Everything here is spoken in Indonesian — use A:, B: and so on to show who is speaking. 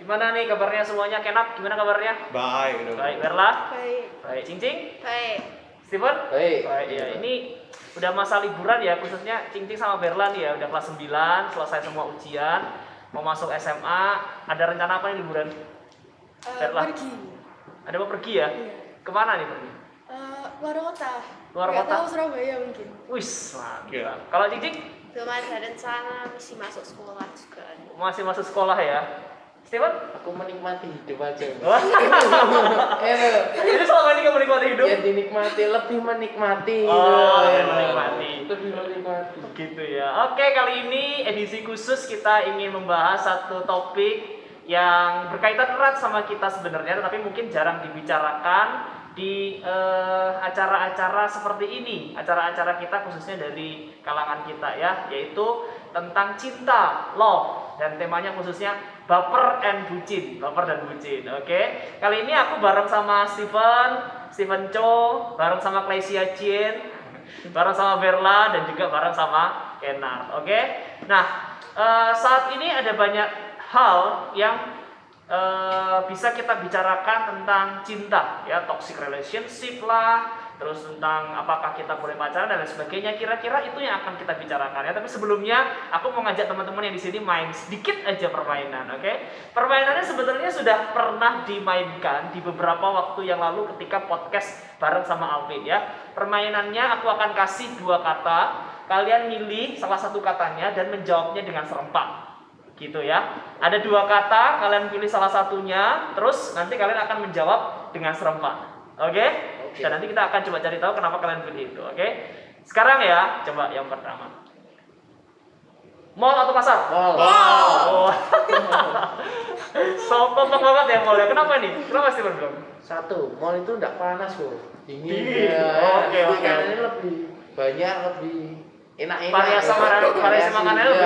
A: Gimana nih kabarnya semuanya? Kenap, gimana kabarnya?
B: Baik, udah.
A: Baik, Berla.
C: Baik.
A: Baik, Cingcing.
C: Baik.
A: Steven.
D: Baik.
A: Baik, ya. Ini udah masa liburan ya, khususnya Cingcing sama Berla nih ya. Udah kelas 9, selesai semua ujian, mau masuk SMA. Ada rencana apa nih liburan?
C: Eh,
A: Fair lah.
C: pergi.
A: Ada mau pergi ya?
C: Iya.
A: Kemana nih pergi?
C: Eh, luar kota.
A: Luar
C: Nggak
A: kota?
C: tahu Surabaya mungkin.
A: Wis, mantap.
B: Iya.
A: Kalau Cingcing
C: Belum ada rencana masih masuk sekolah juga.
A: masih masuk sekolah ya. Steven?
D: Aku menikmati hidup aja.
A: Wah,
D: Eh, loh.
A: Jadi selama ini kamu menikmati hidup?
D: ya dinikmati, lebih menikmati.
A: Oh,
D: loh.
A: lebih menikmati.
D: Lebih menikmati.
A: gitu ya. Oke, kali ini edisi khusus kita ingin membahas satu topik yang berkaitan erat sama kita sebenarnya, tetapi mungkin jarang dibicarakan di eh, acara-acara seperti ini, acara-acara kita khususnya dari kalangan kita ya, yaitu tentang cinta, love, dan temanya khususnya baper and bucin, baper dan bucin. Oke, kali ini aku bareng sama Steven, Steven Cho, bareng sama Klesia Chin, bareng sama Berla dan juga bareng sama Kenar. Oke. Nah, eh, saat ini ada banyak hal yang eh, bisa kita bicarakan tentang cinta, ya toxic relationship lah, terus tentang apakah kita boleh pacaran dan lain sebagainya. Kira-kira itu yang akan kita bicarakan ya. Tapi sebelumnya aku mau ngajak teman-teman yang di sini main sedikit aja permainan, oke? Permainannya sebenarnya sudah pernah dimainkan di beberapa waktu yang lalu ketika podcast bareng sama Alvin ya. Permainannya aku akan kasih dua kata, kalian milih salah satu katanya dan menjawabnya dengan serempak. Gitu ya. Ada dua kata, kalian pilih salah satunya, terus nanti kalian akan menjawab dengan serempak. Oke?
D: Oke.
A: Dan nanti kita akan coba cari tahu kenapa kalian pilih itu, oke? Sekarang ya, coba yang pertama. Mall atau pasar? Oh.
D: Wow.
A: so kompak banget ya mall ya. Kenapa nih? Kenapa sih belum?
D: Satu, mall itu enggak panas loh. Dingin.
A: Dingin.
D: ya.
A: Oke, oke.
D: Makanannya lebih banyak, lebih enak-enak.
A: Variasi makanan- variasi
D: Variasi,
A: makanannya
D: ya.